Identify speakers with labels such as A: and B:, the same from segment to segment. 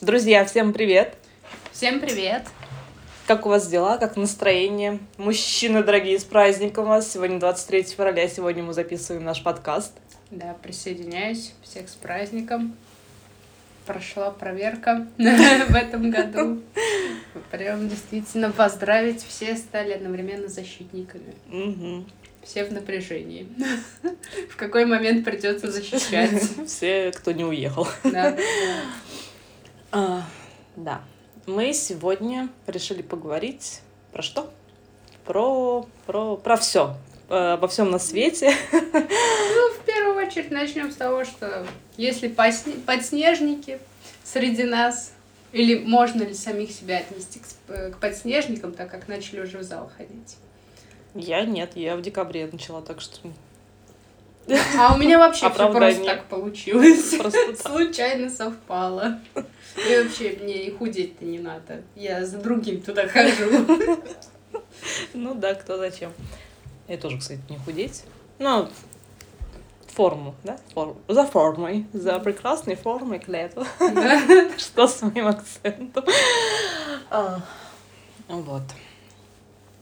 A: Друзья, всем привет!
B: Всем привет!
A: Как у вас дела? Как настроение? Мужчины, дорогие, с праздником вас! Сегодня 23 февраля, сегодня мы записываем наш подкаст.
B: Да, присоединяюсь. Всех с праздником. Прошла проверка в этом году. Прям действительно поздравить. Все стали одновременно защитниками.
A: Мгм.
B: Все в напряжении. В какой момент придется защищать.
A: Все, кто не уехал.
B: Да.
A: А, да. Мы сегодня решили поговорить про что? Про, про, про все. Обо всем на свете.
B: Ну, в первую очередь начнем с того, что если посне- подснежники среди нас, или можно ли самих себя отнести к сп- э, к подснежникам, так как начали уже в зал ходить.
A: Я нет, я в декабре начала, так что
B: А у меня вообще все просто
A: Оправдание.
B: так получилось.
A: просто так.
B: Случайно совпало. И вообще мне и худеть-то не надо. Я за другим туда хожу.
A: Ну да, кто зачем. Я тоже, кстати, не худеть. Ну, форму, да? Форму. За формой. За прекрасной формой к лету.
B: Да.
A: Что с моим акцентом? А, Вот.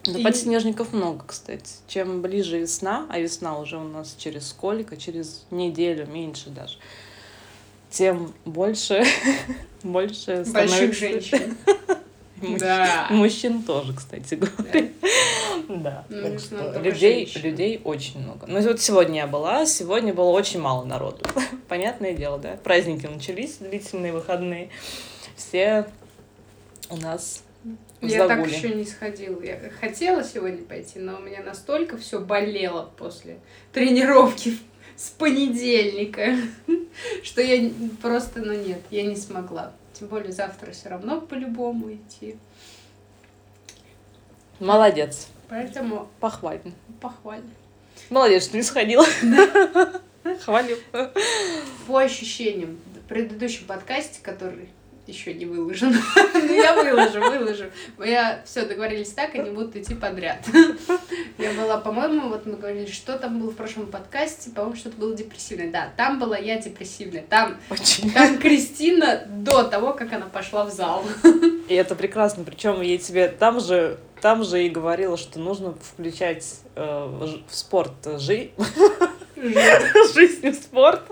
A: Да,
B: И-
A: подснежников много, кстати. Чем ближе весна, а весна уже у нас через сколько? Через неделю, меньше даже. Тем больше, больше
B: Больших
A: становится-
B: женщин.
A: Мужч-
B: Да.
A: Мужчин тоже, кстати, говорю. Да,
B: Ну,
A: так
B: не
A: что
B: знаю, только
A: людей,
B: женщин.
A: людей очень много. Ну, вот сегодня я была, сегодня было очень мало народу. Понятное дело, да? Праздники начались, длительные выходные. Все у нас в
B: Я так
A: загуле.
B: еще не сходила. Я хотела сегодня пойти, но у меня настолько все болело после тренировки с понедельника, что я просто, ну нет, я не смогла. Тем более завтра все равно по-любому идти.
A: Молодец,
B: Поэтому
A: похвально.
B: похвально.
A: Молодец, что не сходила. Хвалю.
B: По ощущениям, в предыдущем подкасте, который еще не выложен. Ну, я выложу, выложу. Мы Я все договорились так, они будут идти подряд. Я была, по-моему, вот мы говорили, что там было в прошлом подкасте, по-моему, что-то было депрессивное. Да, там была я депрессивная. Там,
A: Очень.
B: там Кристина до того, как она пошла в зал.
A: И это прекрасно. Причем я тебе там же, там же и говорила, что нужно включать э, ж- в спорт жизнь. жизнь в спорт,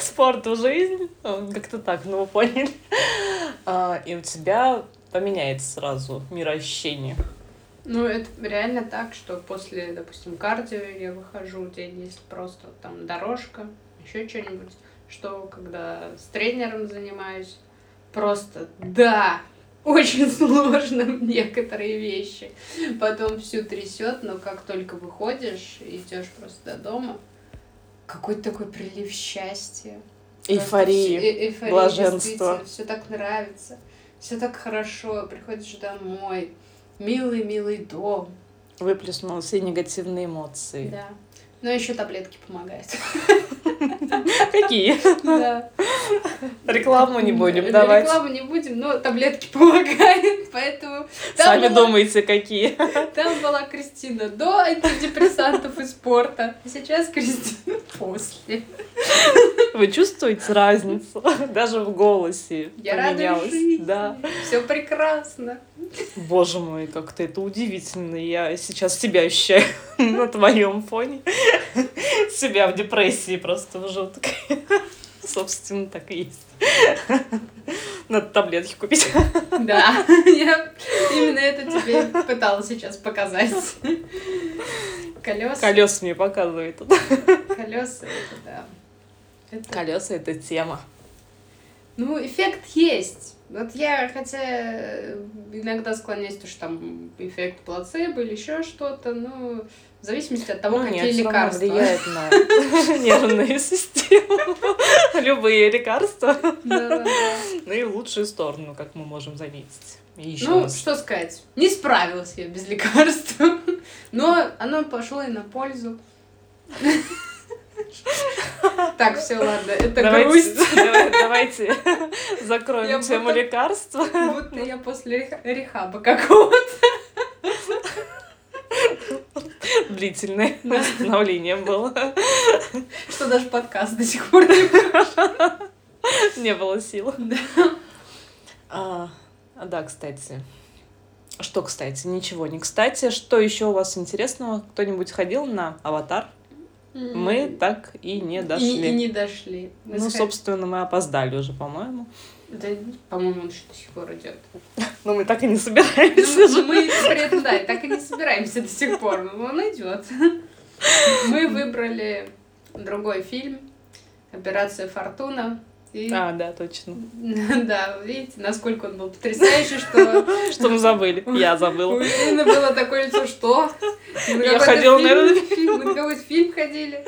A: спорт в жизнь. Э, Как-то так, ну вы поняли. А, И у тебя поменяется сразу мироощение.
B: Ну, это реально так, что после, допустим, кардио я выхожу, где есть просто там дорожка, еще что-нибудь, что когда с тренером занимаюсь, просто да, очень сложно некоторые вещи. Потом всю трясет, но как только выходишь, идешь просто до дома, какой-то такой прилив счастья. э,
A: Эйфории. блаженство.
B: Все так нравится, все так хорошо. Приходишь домой, милый-милый дом.
A: Выплеснул все негативные эмоции.
B: Да. Но еще таблетки помогают.
A: А Какие?
B: Да.
A: Рекламу не будем
B: Р-
A: давать.
B: Рекламу не будем, но таблетки помогают, поэтому... Там
A: Сами
B: была-
A: думаете, какие.
B: Там была Кристина до антидепрессантов и спорта, а сейчас Кристина после.
A: Вы чувствуете разницу? Даже в голосе
B: Я рада
A: поменялось.
B: жить.
A: Да.
B: Все прекрасно.
A: Боже мой, как-то это удивительно. Я сейчас себя ощущаю на твоем фоне. Себя в депрессии просто в жуткой. Собственно, так и есть. Надо таблетки купить.
B: Да, я именно это тебе и пыталась сейчас показать. Колеса.
A: Колеса мне показывают.
B: Колеса, это да. Это
A: Колеса — это тема.
B: Ну, эффект есть. Вот я, хотя э, иногда склоняюсь, то, что там эффект плацебо или еще что-то, но в зависимости от того,
A: Ну,
B: какие
A: всё равно
B: лекарства.
A: влияет на нервную систему. Любые лекарства.
B: Да-да-да.
A: Ну и в лучшую сторону, как мы можем заметить. И еще
B: Ну, что сказать, не справилась я без лекарств, но оно пошло и на пользу. Так, все, ладно, это
A: давайте,
B: грусть.
A: давай- давайте закроем
B: Я
A: тему
B: буду-
A: лекарства.
B: Будто я после реха- рехаба какого-то.
A: длительное
B: Да.
A: восстановление было.
B: Что даже подкаст до сих пор не
A: Не было сил. А, а, да, кстати. Что, кстати? Ничего не кстати. Что еще у вас интересного? Кто-нибудь ходил на аватар? Мы так и не
B: И-
A: дошли.
B: И, не дошли. Мы
A: Ну,
B: сход-
A: собственно, мы опоздали уже, по-моему.
B: Да, по-моему, он еще до сих пор идет.
A: Но мы так и не собирались
B: Ну,
A: уже.
B: мы при этом, да, и так и не собираемся до сих пор, но он идет. Мы выбрали другой фильм «Операция Фортуна». И,
A: А, да, точно.
B: да, видите, насколько он был потрясающий, что
A: Что мы забыли? Я
B: у
A: забыла.
B: Ирины было такое лицо, что? Мы
A: Я
B: какой-то
A: ходила на
B: фильм-
A: этот
B: Мы на какой-то фильм ходили.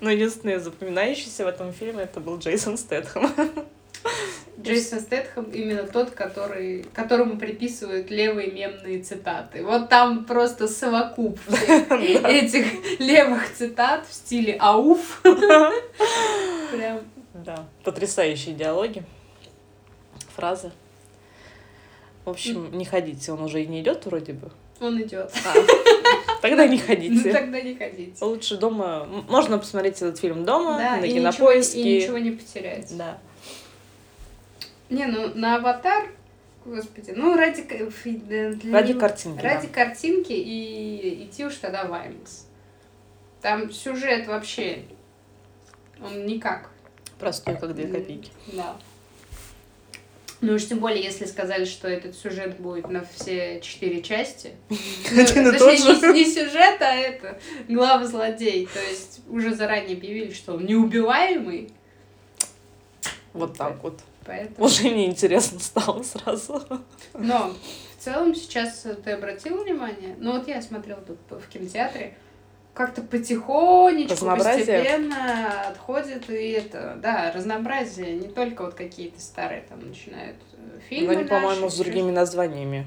A: Но единственное запоминающееся в этом фильме это был Джейсон Стэтхэм.
B: Джейсон Стэтхэм именно тот, который, которому приписывают левые мемные цитаты. Вот там просто совокуп всех этих левых цитат в стиле ауф. Прям
A: Да, потрясающие диалоги, фразы. В общем, не ходите, он уже и не идет вроде бы.
B: он идет.
A: А, Тогда не
B: Ну
A: ходите.
B: тогда не ходите.
A: Лучше дома. м, Можно посмотреть этот фильм дома,
B: Да,
A: Ну, на
B: и ничего,
A: кинопоиске.
B: и ничего не потерять.
A: Да.
B: Не, ну на аватар, господи, ну ради... к- фи- для- для
A: Ради
B: него-
A: картинки. да.
B: Ну, Ради картинки и идти уж тогда в IMAX. Там сюжет вообще, он никак.
A: Простой, как две копейки.
B: Да. Ну уж тем более, если сказали, что этот сюжет будет на все четыре части. Ну,
A: Один и
B: точнее,
A: тот же.
B: Не, не сюжет, а это главный злодей. То есть уже заранее объявили, что он неубиваемый.
A: Вот так вот.
B: Поэтому...
A: Уже неинтересно стало сразу.
B: Но в целом сейчас э, ты обратил внимание? Ну вот я смотрела тут п- в кинотеатре, как-то потихонечку,
A: Разнообразие.
B: постепенно отходит и это, да, разнообразие, не только вот какие-то старые там начинают э,
A: Но
B: фильмы
A: Ну, они, по-моему,
B: наши,
A: с другими названиями.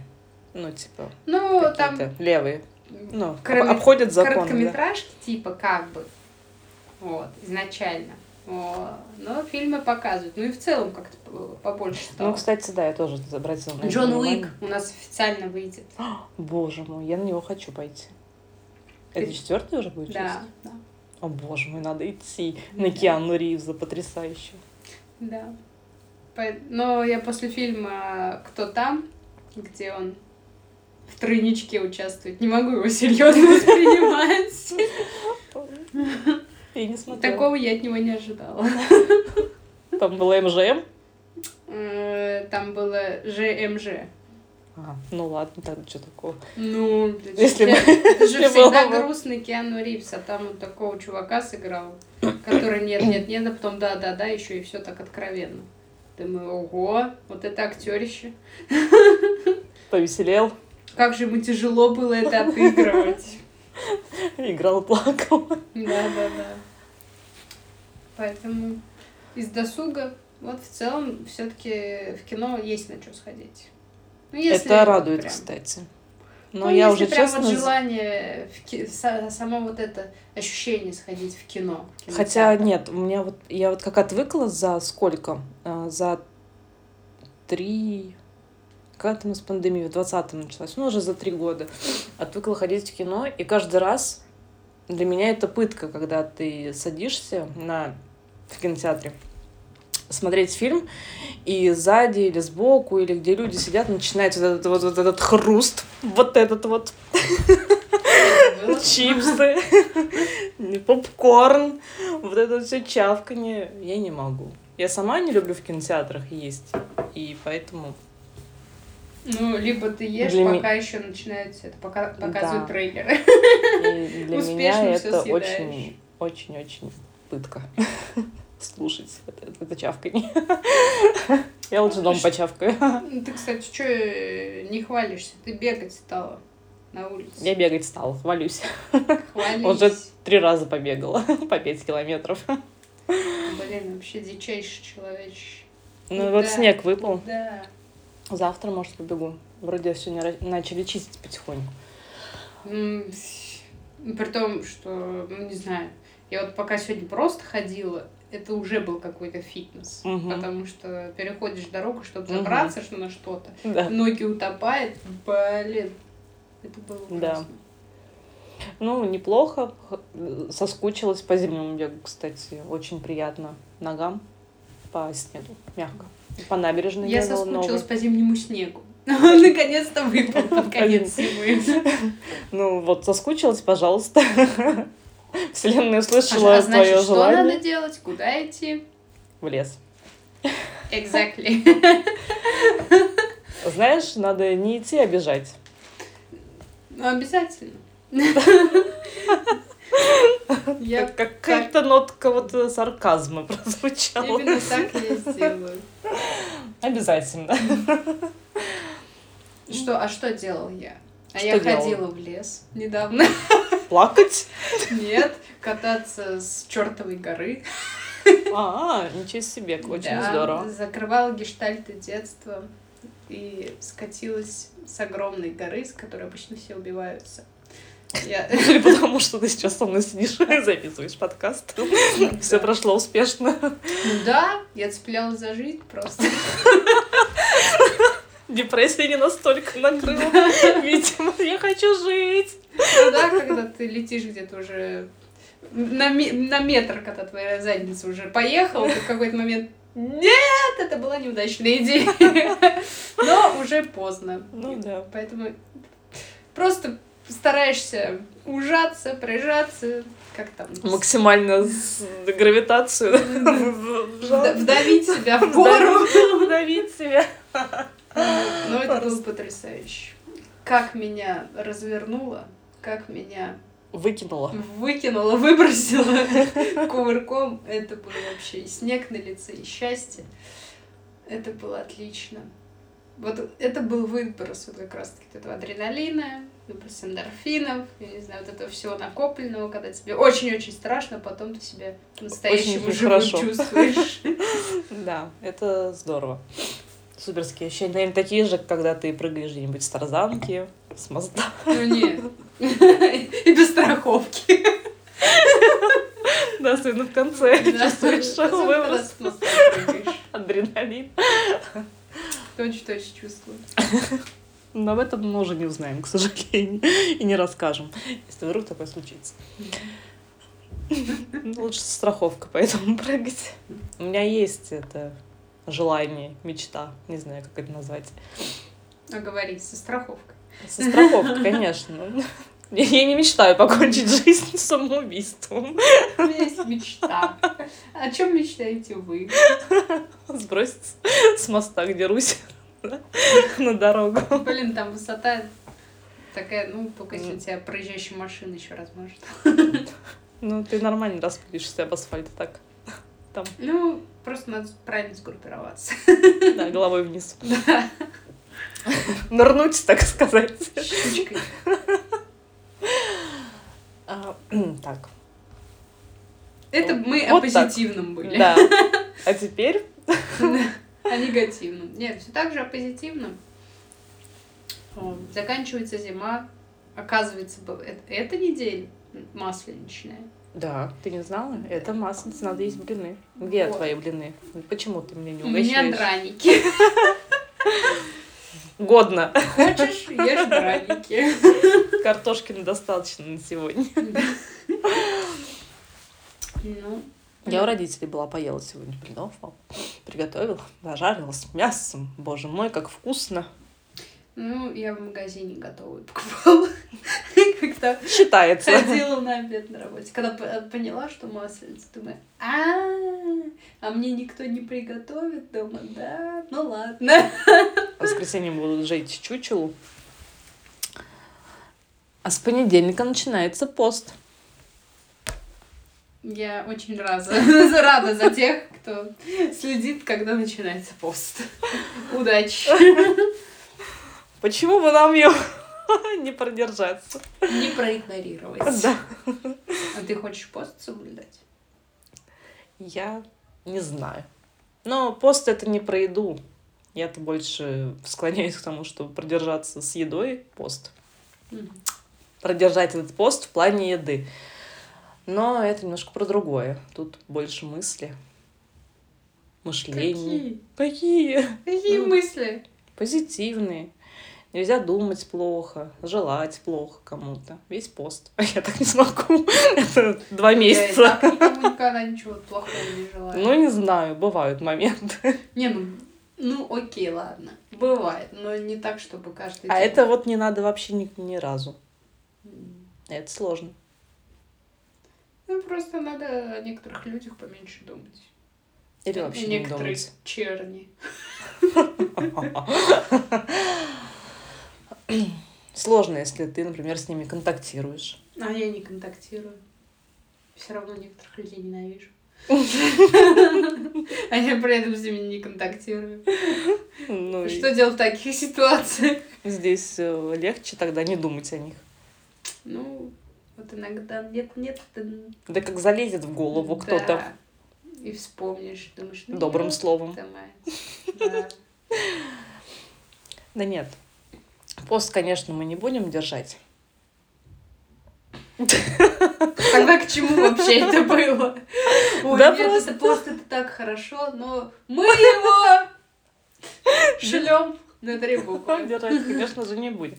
A: Ну, типа,
B: Ну,
A: какие-то левые.
B: там
A: Ну, об-
B: Короме-
A: обходят закон. да.
B: короткометражки, типа, как бы, вот, изначально. Вот. Но фильмы показывают. Ну и в целом как-то п- побольше стало.
A: Ну, кстати, да, я тоже это обратила на это
B: Джон
A: внимание.
B: Уик у нас официально выйдет.
A: А, Боже мой, я на него хочу пойти. Это
B: Ты-
A: четвертый уже будет
B: Да,
A: часть?
B: да,
A: О боже мой, надо идти на
B: Да.
A: Киану Ривза, потрясающе.
B: да. Пое- Но я после фильма «Кто там?», где он в тройничке участвует, не могу его серьезно
A: Ну,
B: воспринимать.
A: Я не смотрела.
B: Такого я от него не ожидала.
A: Там было МЖМ?
B: Э, Там было ЖМЖ.
A: А, ну ладно, тогда что такого.
B: Ну,
A: Если бы-
B: это же
A: если было
B: всегда
A: бы.
B: грустный Киану Ривз, а там он такого чувака сыграл, который нет, нет, нет, а потом да, да, да, еще и все так откровенно. Думаю, ого, вот это актерище.
A: Повеселел,
B: Как же ему тяжело было это отыгрывать.
A: играл, плакал.
B: Да, да, да. Поэтому из досуга, вот в целом, все-таки в кино есть на что сходить. Ну, если
A: Это
B: вот
A: радует,
B: прям.
A: кстати. Но
B: Ну,
A: я
B: если
A: уже
B: прям
A: честно...
B: вот желание, в ки- са- само вот это ощущение сходить в кино. в кинотеатр.
A: Хотя нет, у меня вот я вот как отвыкла за сколько? А, За три. Когда там у нас пандемия в 20-м началась? Ну, уже за три года. Отвыкла ходить в кино, и каждый раз для меня это пытка, когда ты садишься на... в кинотеатре смотреть фильм, и сзади или сбоку, или где люди сидят, начинается вот этот вот, вот этот хруст, вот этот вот
B: Это было.
A: чипсы, попкорн, вот это все чавканье. Я не могу. Я сама не люблю в кинотеатрах есть. И поэтому...
B: Ну, либо ты ешь,
A: Для
B: пока еще начинаются, это пока показывают
A: Да.
B: трейлеры.
A: и для меня
B: Успешно всё
A: это
B: съедаешь.
A: очень, очень, очень пытка. Слушать вот это, это чавканье. Я лучше дома почавкаю.
B: Ну, Ты, кстати, что не хвалишься? Ты бегать стала на улице.
A: Я бегать стала, хвалюсь.
B: Хвались.
A: уже- Три раза побегала по пять километров.
B: Блин, вообще дичайший человечище.
A: Ну вот
B: Да.
A: снег выпал.
B: Да.
A: Завтра, может, побегу. Вроде сегодня ра- начали чистить потихоньку.
B: М, При том, что, ну, не знаю, я вот пока сегодня просто ходила, это уже был какой-то фитнес.
A: Мгм.
B: Потому что переходишь дорогу, чтобы
A: Мгм.
B: забраться что на что-то.
A: Да.
B: Ноги утопают. Блин. Это было
A: Да.
B: ужасно.
A: Ну, неплохо. Х- Соскучилась по зимнему бегу, кстати. Очень приятно ногам по снегу. Мягко. По набережной
B: Я
A: ела
B: соскучилась
A: Ну, много.
B: по зимнему снегу. Он наконец-то выпал под конец зимы.
A: Ну вот, соскучилась, пожалуйста. Вселенная услышала твое
B: А значит, что
A: желание.
B: надо делать? Куда идти?
A: В лес.
B: Exactly.
A: Знаешь, надо не идти, а бежать.
B: Ну, обязательно. Я
A: Как- Какая-то нотка вот э, сарказма прозвучала.
B: именно так я и сделаю.
A: Обязательно.
B: Что, а что делал я? А
A: Что
B: я
A: делал?
B: ходила в лес недавно.
A: Плакать?
B: Нет, кататься с чертовой горы.
A: А, ничего себе, очень
B: Да,
A: здорово.
B: Закрывала гештальты детства и скатилась с огромной горы, с которой обычно все убиваются. Я...
A: Или потому что ты сейчас со мной сидишь и записываешь подкаст. Все прошло успешно.
B: Ну Да, я цеплялась за жизнь просто.
A: Депрессия не настолько накрыла. Видимо, я хочу жить.
B: Ну Да, когда ты летишь где-то уже на, ме- на метр, когда твоя задница уже поехала, ты в какой-то момент нет, это была неудачная идея. Но уже поздно.
A: Ну да.
B: Поэтому просто стараешься ужаться, прижаться, как там,
A: Максимально с- гравитацию в- в-
B: вда-
A: в-
B: вдавить себя в гору.
A: вдавить себя.
B: Но это было
A: Просто.
B: потрясающе. Как меня развернуло, как меня
A: Выкинула.
B: выкинула, выбросила кувырком. Это было вообще и снег на лице, и счастье. Это было отлично. Вот это был выброс вот как раз-таки вот этого адреналина, выброс эндорфинов, я не знаю, вот этого всего накопленного, когда тебе очень-очень страшно, а потом ты себя по-настоящему
A: Очень
B: живым
A: хорошо.
B: чувствуешь.
A: Да, это здорово. Суперские ощущения. Наверное, такие же, когда ты прыгаешь где-нибудь с тарзанки, с моста.
B: Ну нет. И без страховки.
A: Да, особенно в конце.
B: Да.
A: Чувствуешь
B: Особенно когда
A: выброс
B: с моста прыгаешь.
A: адреналин.
B: Точь-в-точь чувствую.
A: Но об этом мы уже не узнаем, к сожалению, и не расскажем, если вдруг такое случится. Ну, Лучше страховка, поэтому прыгать. У меня есть это желание, мечта, не знаю, как это назвать.
B: А говорить со страховкой.
A: Со страховкой, конечно. Я я не мечтаю покончить жизнь самоубийством.
B: У меня есть мечта. О чем мечтаете вы?
A: Сброситься с моста, где Русь, да, на дорогу.
B: Блин, там высота такая, ну, только если тебя проезжающая машина еще раз может.
A: Ну, ты нормально распылишься об асфальт так.
B: Ну, просто надо правильно сгруппироваться.
A: Да, головой вниз. Нырнуть, так сказать.
B: Штучкой.
A: А, так,
B: Это мы о
A: Вот так.
B: позитивном были.
A: да. А теперь
B: О негативном. Нет, все так же о позитивном. О, Заканчивается зима. Оказывается, был- э- эта неделя масленичная.
A: да, ты не знала? Это масленица, надо есть блины. Где
B: Вот.
A: твои блины? Почему ты меня не
B: У меня
A: угощаешь?
B: драники.
A: Годно.
B: Хочешь, ешь драники.
A: Картошкина достаточно на сегодня.
B: Ну,
A: Я у родителей была, поела сегодня блинов, мам. приготовила, нажарила с мясом. Боже мой, как вкусно.
B: Ну, я в магазине готовую покупала, когда
A: Считается.
B: ходила на обед на работе. Когда п- поняла, что масленица, думаю, а а мне никто не приготовит дома, да? Ну ладно.
A: В воскресенье будут жечь чучелу. А с понедельника начинается пост.
B: Я очень раза, рада за тех, кто следит, когда начинается пост. Удачи.
A: Почему бы нам ее не продержаться?
B: Не проигнорировать.
A: Да.
B: А ты хочешь пост соблюдать?
A: Я не знаю. Но пост это не про еду. Я-то больше склоняюсь к тому, чтобы продержаться с едой пост.
B: Мгм.
A: Продержать этот пост в плане еды. Но это немножко про другое. Тут больше мысли. Мышление.
B: Какие?
A: Какие?
B: Какие
A: Ну,
B: мысли?
A: Позитивные. Нельзя думать плохо, желать плохо кому-то. Весь пост. Я так не смогу. Это два
B: Я
A: месяца.
B: и так никому никогда ничего плохого не желаю.
A: Ну, не знаю, бывают моменты.
B: Не, ну, Ну, окей, ладно. Бывает, но не так, чтобы каждый
A: А
B: день.
A: это вот не надо вообще ни, ни разу.
B: М.
A: Это сложно.
B: Ну, просто надо о некоторых людях поменьше думать.
A: Или вообще не
B: Некоторые
A: думать.
B: черни.
A: Сложно, если ты, например, с ними контактируешь.
B: А я не контактирую. Все равно некоторых людей ненавижу. А я при этом с ними не контактирую.
A: Ну, и
B: Что делать в таких ситуациях?
A: здесь э, легче тогда не думать о них.
B: Ну, вот иногда нет-нет, ты
A: Да как залезет в голову
B: Да.
A: кто-то
B: И вспомнишь, думаешь, ну,
A: добрым
B: ёб
A: словом.
B: твою мать. Да.
A: Да нет. Пост, конечно, мы не будем держать.
B: Тогда к чему вообще это было? Ой,
A: Да
B: нет,
A: просто.
B: это просто это так хорошо, но мы его шлем на три буквы.
A: Держать, конечно же, не будем.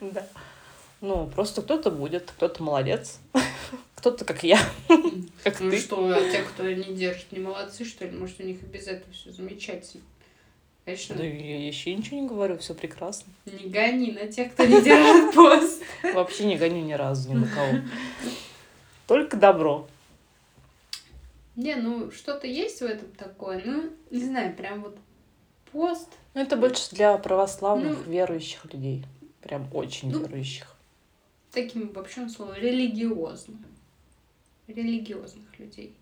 A: Да. Ну, просто кто-то будет, кто-то молодец, кто-то как я, как
B: Ну
A: ты.
B: что, а те, кто не держит, не молодцы, что ли? Может, у них и без этого все замечательно.
A: Да
B: Конечно,
A: я еще ничего не говорю, все прекрасно.
B: не гони на тех, кто не держит пост.
A: Вообще не гоню ни разу ни на кого. Только добро.
B: Не, ну что-то есть в этом такое. Ну, не знаю, прям вот пост
A: Ну, это больше для православных
B: Ну.
A: верующих людей. Прям очень
B: Ну.
A: верующих.
B: таким вообще словом религиозным. Религиозных людей.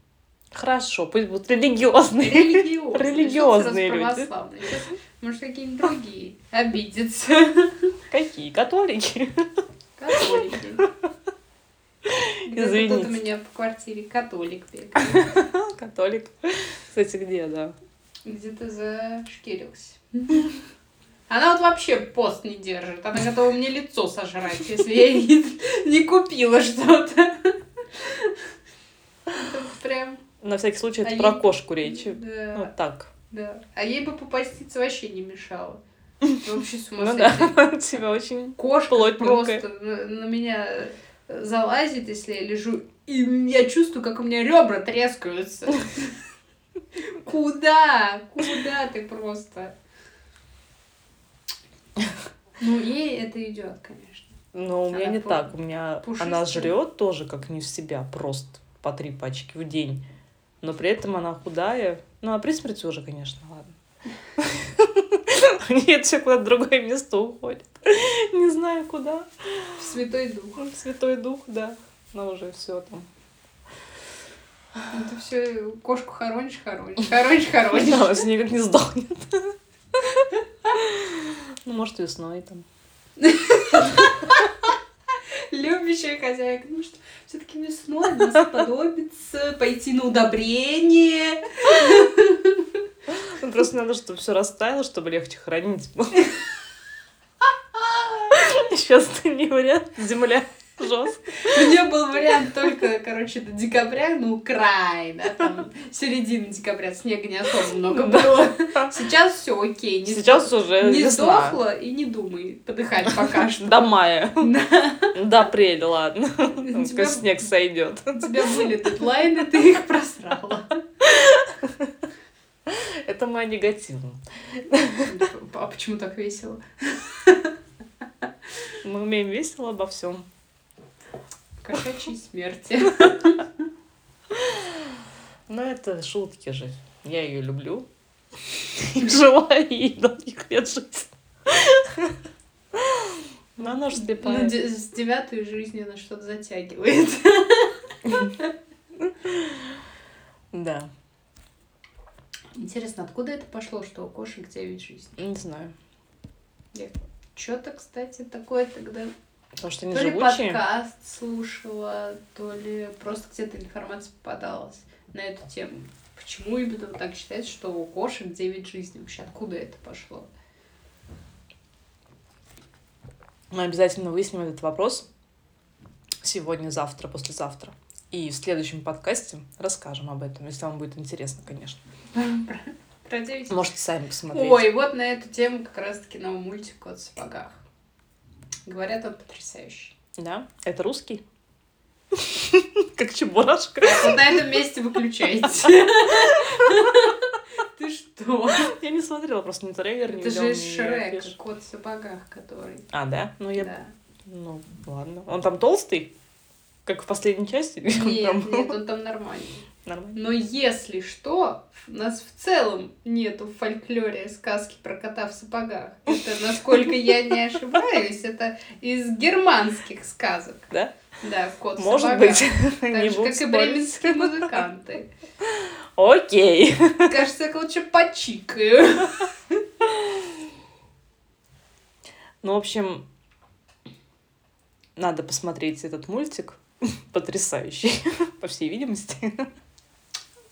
A: Хорошо, пусть будут религиозные.
B: Религиозные.
A: Религиозные
B: Что сразу
A: люди.
B: православные? Сейчас, может, какие-нибудь другие обидятся.
A: Какие? Католики?
B: Католики.
A: Извините.
B: Где-то Тут у меня по квартире католик бегает.
A: Ну, Католик. Кстати, где, да?
B: Где-то зашкирился. Она вот вообще пост не держит. Она готова мне лицо сожрать, если я ей не, не купила что-то. Это прям...
A: На всякий случай,
B: А
A: это
B: ей-
A: про кошку речи.
B: Да.
A: Ну, так.
B: Да. А ей бы попаститься вообще не мешало. Вообще с ума
A: Ну
B: сойти.
A: да, у тебя очень...
B: Кошка
A: Плотненькая.
B: просто на, на меня залазит, если я лежу, и я чувствую, как у меня ребра трескаются. Куда? Куда ты просто? Ну, ей это идет, конечно.
A: Но у меня
B: Она
A: не
B: пу-
A: так. У меня она
B: пушистая.
A: жрет тоже как не в себя, просто по три пачки в день. Но при этом она худая. Ну, а при смерти уже, конечно, ладно. Нет, все куда-то в другое место уходит. Не знаю куда.
B: В Святой Дух.
A: В Святой Дух, да. Но уже все там.
B: Ну, Ты все кошку хоронишь, хоронишь, хоронишь, хоронишь.
A: Она уже никак не сдохнет. Ну, может, весной там.
B: Любящая хозяйка. Ну что, все-таки весной нас подобится пойти на удобрение.
A: Ну, Просто надо, чтобы все растаяло, чтобы легче хранить было. Сейчас это не вариант. Земля жестко.
B: У меня был вариант только, короче, до декабря, ну, край, да, там, середина декабря, снега не особо много было. Ну Сейчас все окей, не,
A: Сейчас уже
B: не
A: весна.
B: сдохло и не думай подыхать пока что.
A: До мая.
B: Да.
A: До апреля, ладно.
B: У тебя,
A: Пока снег сойдет.
B: у тебя были дедлайны, ты их просрала.
A: Это моя негативно.
B: А почему так весело?
A: Мы умеем весело обо всем.
B: Кошачьей смерти.
A: Но это шутки же. Я ее люблю. И желаю ей долгих лет жить. Но она же
B: Ну,
A: слепая.
B: де- с девятой жизни она что-то затягивает.
A: Да.
B: Интересно, откуда это пошло, что у кошек девять жизней?
A: Не знаю.
B: Что-то, кстати, такое тогда
A: Потому что они
B: То ли
A: живучие.
B: подкаст слушала, то ли просто где-то информация попадалась на эту тему. Почему именно так считается, что у кошек 9 жизней вообще? Откуда это пошло?
A: Мы обязательно выясним этот вопрос сегодня, завтра, послезавтра. И в следующем подкасте расскажем об этом, если вам будет интересно, конечно.
B: Про 9
A: Можете сами посмотреть.
B: Ой, вот на эту тему как раз-таки новый мультик «Кот в сапогах». Говорят, он потрясающий.
A: Да? Это русский? Как чебурашка.
B: Вот на этом месте выключайте. Ты что?
A: Я не смотрела просто на трейлер, не
B: Это
A: видела
B: же
A: ни
B: Шрек,
A: афиш.
B: кот в сапогах, который.
A: А, да? Ну, я...
B: Да.
A: Ну, ладно. Он там толстый? Как в последней части? Или он там
B: Нет,
A: был?
B: нет, он там нормальный.
A: Нормально.
B: Но если что, у нас в целом нету в фольклоре сказки про кота в сапогах. Это, насколько я не ошибаюсь, это из германских сказок.
A: Да?
B: Да, кот в
A: Может
B: сапогах.
A: быть.
B: Так
A: Не
B: же,
A: буду
B: как и
A: спорить.
B: бременские музыканты.
A: Окей.
B: Кажется, я лучше почикаю.
A: Ну, в общем, надо посмотреть этот мультик. Потрясающий, по всей видимости.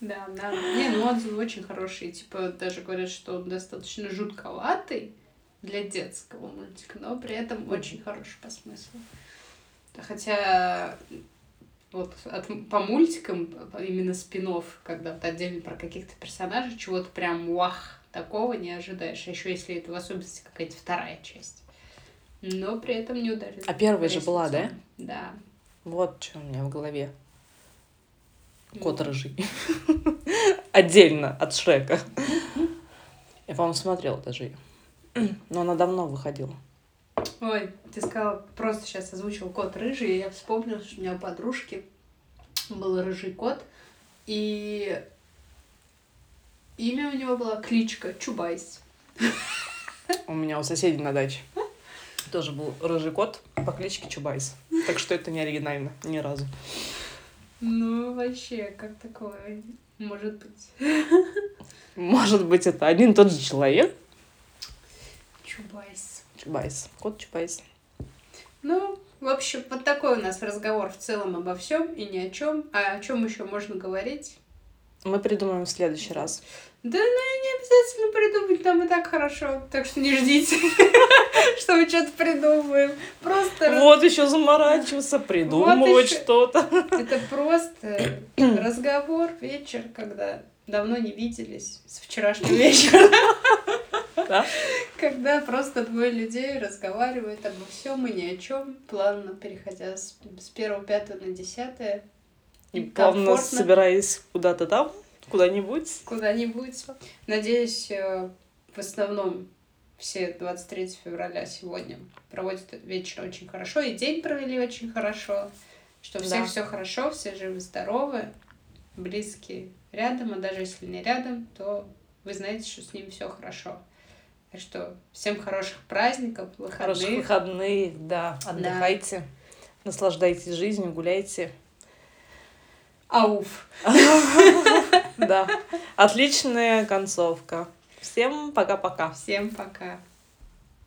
B: Да, да. Не, ну отзывы очень хорошие. Типа, даже говорят, что он достаточно жутковатый для детского мультика, но при этом очень хороший по смыслу. Хотя вот от- по мультикам именно спин когда вот отдельно про каких-то персонажей, чего-то прям вах, такого не ожидаешь. Еще если это в особенности какая-то вторая часть. Но при этом не ударит.
A: А первая же
B: по
A: была, да?
B: лестнице. Да.
A: Вот что у меня в голове. Кот рыжий. Отдельно от Шрека. Я, по-моему, смотрела даже ее. Но она давно выходила.
B: Ой, ты сказала, просто сейчас озвучил кот рыжий, и я вспомнила, что у меня у подружки был рыжий кот, и имя у него была кличка Чубайс.
A: У меня у соседей на даче тоже был рыжий кот по кличке Чубайс. Так что это не оригинально ни разу.
B: Ну, вообще, как такое может быть?
A: Может быть, это один и тот же человек?
B: Чубайс.
A: Чубайс. Кот Чубайс.
B: Ну, в общем, вот такой у нас разговор в целом обо всем и ни о чем. А о чем еще можно говорить?
A: Мы придумаем в следующий раз.
B: Да, ну и не обязательно придумать, там и так хорошо. Так что не ждите, что мы что-то придумаем. Просто раз-
A: Вот еще заморачиваться, придумывать
B: еще.
A: что-то.
B: Это просто разговор, вечер, когда давно не виделись с вчерашнего вечера.
A: Да.
B: Когда просто двое людей разговаривают обо всем и ни о чем, плавно переходя с, с первого пятого на десятое.
A: И плавно
B: Комфортно.
A: собираясь куда-то там, куда-нибудь.
B: куда-нибудь. Надеюсь, э, в основном все 23 февраля сегодня проводят вечер очень хорошо, и день провели очень хорошо, что все
A: Да.
B: все хорошо, все живы, здоровы, близкие рядом, а даже если не рядом, то вы знаете, что с ним все хорошо. Так что всем хороших праздников,
A: Хороших
B: выходных.
A: выходных, да. Отдыхайте. Наслаждайтесь жизнью, гуляйте.
B: Ауф!
A: Да. Отличная концовка. Всем пока-пока.
B: Всем пока!